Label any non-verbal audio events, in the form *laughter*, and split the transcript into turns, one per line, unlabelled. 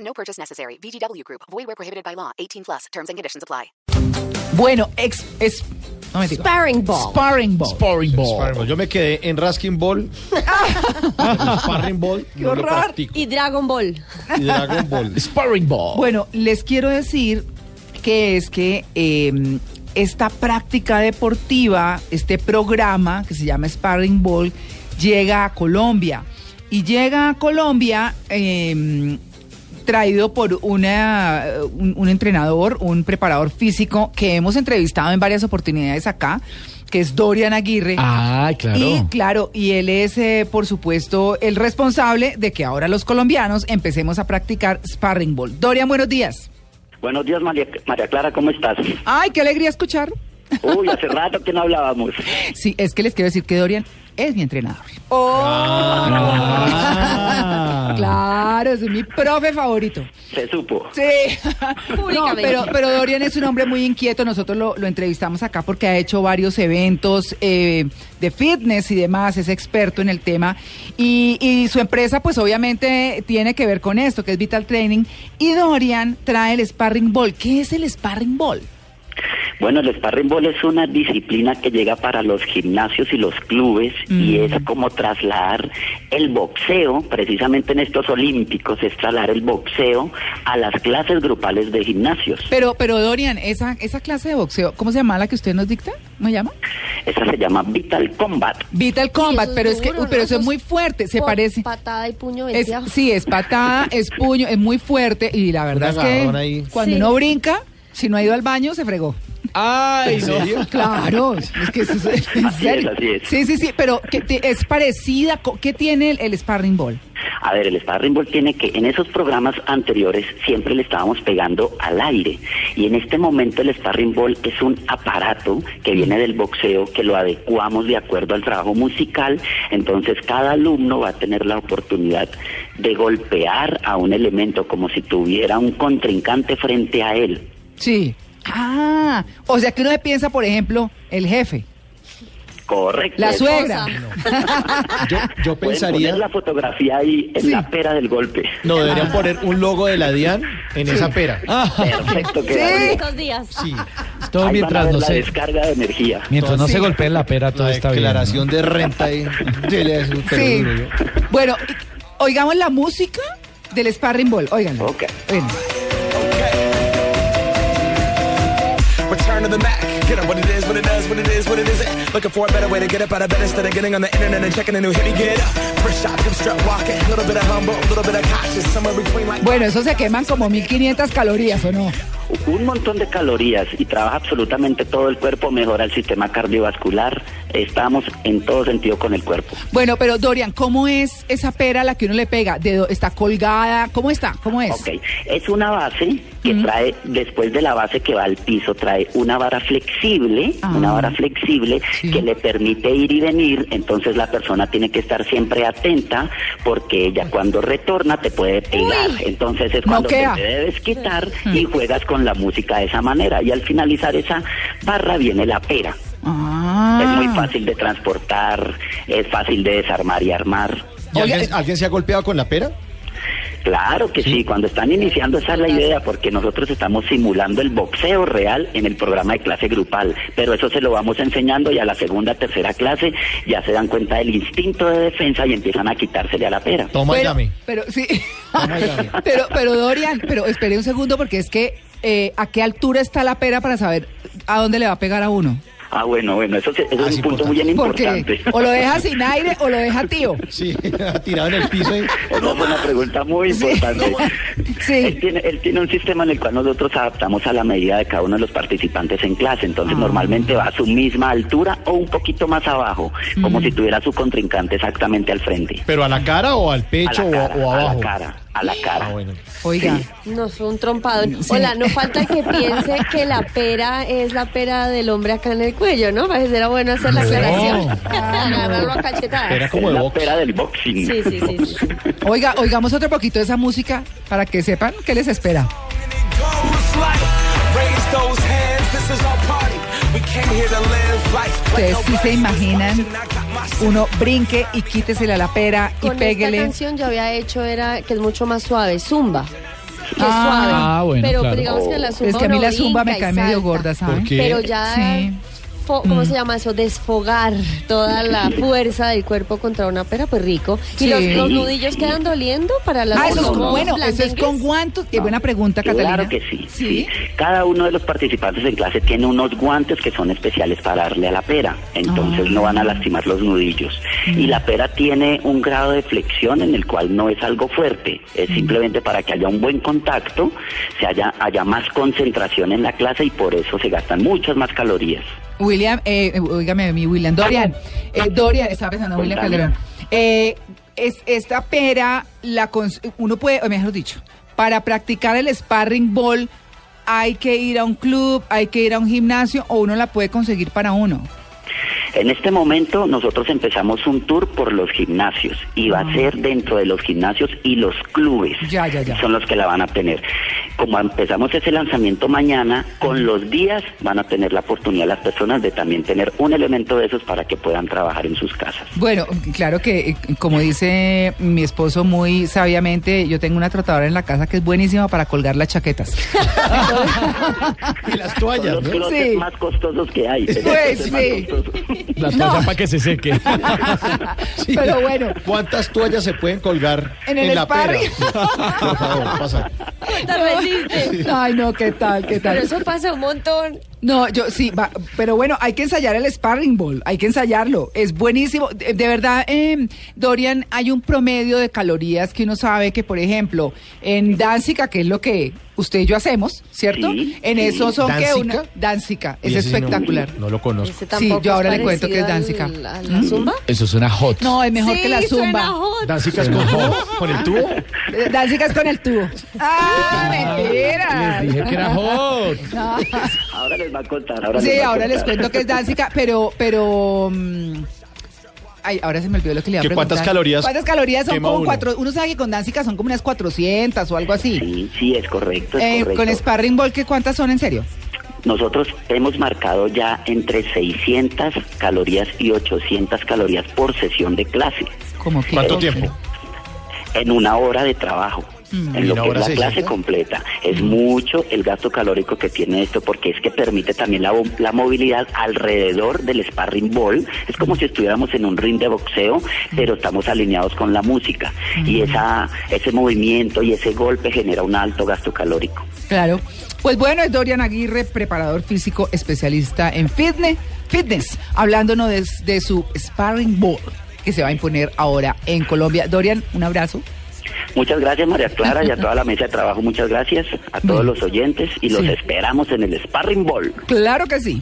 No purchase necessary. VGW Group. Void where prohibited by law. 18 plus. Terms and conditions apply.
Bueno, ex, es, no me digo.
Sparring ball.
Sparring ball.
Sparring ball. Yo me quedé en Rasking Ball. El
*laughs*
Sparring Ball. no lo
horror.
practico.
Y Dragon Ball.
Y Dragon Ball.
Sparring ball.
Bueno, les quiero decir que es que eh, esta práctica deportiva, este programa que se llama Sparring Ball, llega a Colombia. Y llega a Colombia eh, traído por una, un, un entrenador, un preparador físico que hemos entrevistado en varias oportunidades acá, que es Dorian Aguirre.
Ah, claro.
Y claro, y él es, eh, por supuesto, el responsable de que ahora los colombianos empecemos a practicar sparring ball. Dorian, buenos días.
Buenos días, María, María Clara, ¿cómo estás?
Ay, qué alegría escuchar.
Uy, hace rato que no hablábamos.
Sí, es que les quiero decir que Dorian es mi entrenador. Ah. *laughs* Claro, es mi profe favorito.
Se supo.
Sí. *laughs* No,
Públicamente.
pero, pero Dorian es un hombre muy inquieto. Nosotros lo, lo entrevistamos acá porque ha hecho varios eventos eh, de fitness y demás. Es experto en el tema. Y, y su empresa, pues obviamente, tiene que ver con esto, que es Vital Training. Y Dorian trae el Sparring Ball. ¿Qué es el Sparring Ball?
Bueno, el sparring ball es una disciplina que llega para los gimnasios y los clubes y es como trasladar el boxeo, precisamente en estos olímpicos, es trasladar el boxeo a las clases grupales de gimnasios.
Pero, pero Dorian, esa, esa clase de boxeo, ¿cómo se llama la que usted nos dicta? ¿Me llama?
Esa se llama Vital Combat.
Vital Combat,
eso es
pero es que,
duro,
uy, pero
¿no?
eso es
Eso
muy
es
fuerte, se
Por
parece.
Patada y puño
Es,
venteado.
sí, es patada, es puño, es muy fuerte y la verdad es
agarrón
que
ahí.
cuando
Sí.
uno brinca, si no ha ido al baño, se fregó. Pues
Ay,
¿En serio?
Claro, es que eso es en
Así
serio.
es, así es.
Sí, sí, sí, pero ¿qué te- es parecida, co- ¿qué tiene el, el sparring ball?
A ver, el sparring ball tiene que, en esos programas anteriores siempre le estábamos pegando al aire y en este momento el sparring ball es un aparato que viene del boxeo que lo adecuamos de acuerdo al trabajo musical, entonces cada alumno va a tener la oportunidad de golpear a un elemento como si tuviera un contrincante frente a él.
Sí. Ah, o sea que uno se piensa, por ejemplo, el jefe,
Correcto.
la
Eso.
suegra.
Yo, yo
Pueden poner
pensaría.
la fotografía ahí en
Sí.
la pera del golpe.
No, deberían poner un logo de la DIAN en esa pera.
Ah,
Perfecto, queda
Sí.
bien.
Estos días.
Sí.
Todo
Ahí van a
mientras
ver
no
la
se,
descarga de energía.
mientras no
Sí.
se golpeen la pera, todo
La
está bien.
declaración de renta ahí. Sí, le hace un
Sí.
peligro, yo.
Bueno, oigamos la música del sparring ball, óiganla.
Ok.
Ven.
Return to the Mac. Get up what it is, what it does, what it is, what it isn't. Looking for a better way to get up out of bed instead of getting on the internet and checking a new hit. Me get up. First shot, come strut walking. A little bit of humble, a little bit of cautious. Somewhere between like.
Bueno, eso se queman como 1500 calorías, ¿o no?
un montón de calorías y trabaja absolutamente todo el cuerpo, mejora el sistema cardiovascular, estamos en todo sentido con el cuerpo.
Bueno, pero Dorian, ¿cómo es esa pera a la que uno le pega? ¿De do- ¿Está colgada? ¿Cómo está? ¿Cómo es?
Ok, es una base que trae, después de la base que va al piso, trae una vara flexible,
Ah.
una vara flexible
Sí.
que le permite ir y venir, entonces la persona tiene que estar siempre atenta porque ella cuando retorna te puede pegar, entonces es
No
cuando te,
queda. Mm.
te debes quitar y juegas con la música de esa manera y al finalizar esa barra viene la pera.
Ah.
Es muy fácil de transportar, es fácil de desarmar y armar.
¿Y
Oiga,
alguien, alguien se ha golpeado con la pera?
Claro que sí, cuando están iniciando esa es la idea, porque nosotros estamos simulando el boxeo real en el programa de clase grupal, pero eso se lo vamos enseñando y a la segunda, tercera clase ya se dan cuenta del instinto de defensa y empiezan a quitársele a la pera.
Toma y
pero,
dame.
pero sí.
Toma y dame.
*laughs* pero, pero Dorian, pero espere un segundo porque es que eh, ¿a qué altura está la pera para saber a dónde le va a pegar a uno?
Ah, bueno, bueno, eso, se- eso
Ah,
es
sí,
un punto muy bien importante.
Porque o lo deja sin aire o lo deja tío.
Sí, *laughs* tirado en el piso. y-
Esa es una pregunta muy
*laughs*
importante.
Sí.
Él, tiene, él tiene un sistema en el cual nosotros adaptamos a la medida de cada uno de los participantes en clase.
Ah.
Entonces, normalmente va a su misma altura o un poquito más abajo, como si tuviera a su contrincante exactamente al frente.
¿Pero a la cara o al
A la
pecho o,
cara,
o
a la
abajo? Ah,
cara. a la cara.
Oiga,
No fue un trompado. Hola, no falta el que piense que la pera es la pera del hombre acá en el cuello, ¿no? Parece que era bueno hacer la aclaración.
Ah.
*laughs* Agarrarlo a cachetadas.
Era como
Es
de
la
box.
pera del boxing.
Sí, sí, sí, sí.
oiga, oigamos otro poquito de esa música para que sepan qué les espera.
Ustedes sí se imaginan uno
Uno brinque y quítesela la pera y
Con
péguele.
esta canción yo había hecho era que es mucho más suave, zumba. Que es
Ah.
suave.
Ah, bueno,
pero
claro.
digamos que la zumba
Es que a mí
uno
la zumba me
brinca
cae
y
medio
salta.
gorda, ¿saben?
¿Por qué?
Pero ya,
Sí. Mm.
fo- ¿cómo se llama eso? Desfogar
*laughs*
toda la fuerza del cuerpo contra una pera, pues rico.
Sí.
¿Y los, los nudillos quedan doliendo para las
Ah, eso es
los
con, bueno, eso es
blandengues?
con guantos. Qué buena pregunta, Catalina.
Claro que sí, sí. Cada uno de los participantes en clase tiene unos guantes que son especiales para darle a la pera, entonces
Ah.
no van a lastimar los nudillos.
Mm.
Y la pera tiene un grado de flexión en el cual no es algo fuerte, es
Mm.
simplemente para que haya un buen contacto, se haya, haya más concentración en la clase y por eso se gastan muchas más calorías.
William, eh, oígame mi William, Dorian, eh, Dorian, estaba pensando en William
Cuéntame.
Calderón. Eh, es, esta pera, la cons- uno puede, o mejor dicho, para practicar el sparring ball hay que ir a un club, hay que ir a un gimnasio o uno la puede conseguir para uno.
En este momento nosotros empezamos un tour por los gimnasios y va a ser dentro de los gimnasios y los clubes.
Ah, Ya, ya, ya.
Son los que la van a tener. Como empezamos ese lanzamiento mañana, con los días van a tener la oportunidad las personas de también tener un elemento de esos para que puedan trabajar en sus casas.
Bueno, claro que, eh, como dice mi esposo muy sabiamente, yo tengo una trotadora en la casa que es buenísima para colgar las
*laughs*
chaquetas.
Y las
Son
toallas,
los
¿no?
closets
Sí.
más costosos que hay. pero
Pues,
los más
sí.
costosos. *laughs*
La toalla para que se seque.
Sí.
Pero bueno.
¿Cuántas toallas se pueden colgar
En
en,
el
la pera?
sparring.
*laughs* Por favor, pasa.
Te
*laughs*
resiste.
Ay, no, qué tal, qué tal.
Pero eso pasa un montón.
No, yo sí, va- pero bueno, hay que ensayar el sparring ball, hay que ensayarlo, es buenísimo. De, de verdad, eh, Dorian, hay un promedio de calorías que uno sabe que, por ejemplo, en Danzica, que es lo que usted y yo hacemos, ¿cierto?
Sí,
en
sí.
eso son que
¿Danzica?
una Danzica, es
Oye, ese sí no-
espectacular.
No, lo conozco.
Ese
Sí,
tampoco
yo ahora
es
le cuento que es ¿Mm?
parecido
Danzica.
al- a ¿La zumba?
Eso suena hot.
No, es mejor que la
Sí, suena
zumba.
hot.
¿Dancicas con todo? ¿Con el tubo?
Eh, Danzica es con el tubo. ¡Ah, mentira!
Les dije que era hot.
Ahora les va a contar. Ahora
Sí,
les va a
ahora les
contar.
cuento que es Danzica, pero, pero. mm, Ay, ahora se me olvidó lo que le iba a
¿Que
preguntar.
cuántas calorías
¿Cuántas calorías son
quema
como
uno?
cuatro? Uno sabe que con Danzica son como unas 400 o algo así.
*laughs* Sí, sí, es correcto. Es
Eh,
correcto.
con Sparring Ball, ¿qué cuántas son en serio?
Nosotros hemos marcado ya entre 600 calorías y 800 calorías por sesión de clase
Como que.
¿Cuánto tiempo?
en una hora de trabajo. En
¿Y una
lo que es
hora Mm.
la
600?
clase completa. Es mucho el gasto calórico que tiene esto porque es que permite también la, la movilidad alrededor del sparring ball. Es como si estuviéramos en un ring de boxeo, pero estamos alineados con la música. Y esa, ese movimiento y ese golpe genera un alto gasto calórico.
Claro. Pues bueno, es Dorian Aguirre, preparador físico, especialista en fitness, fitness hablándonos de, de su Sparring Ball que se va a imponer ahora en Colombia. Dorian, un abrazo.
Muchas gracias María Clara y a toda la mesa de trabajo. Muchas gracias a todos los oyentes y los
Sí.
esperamos en el Sparring Ball.
Claro que sí.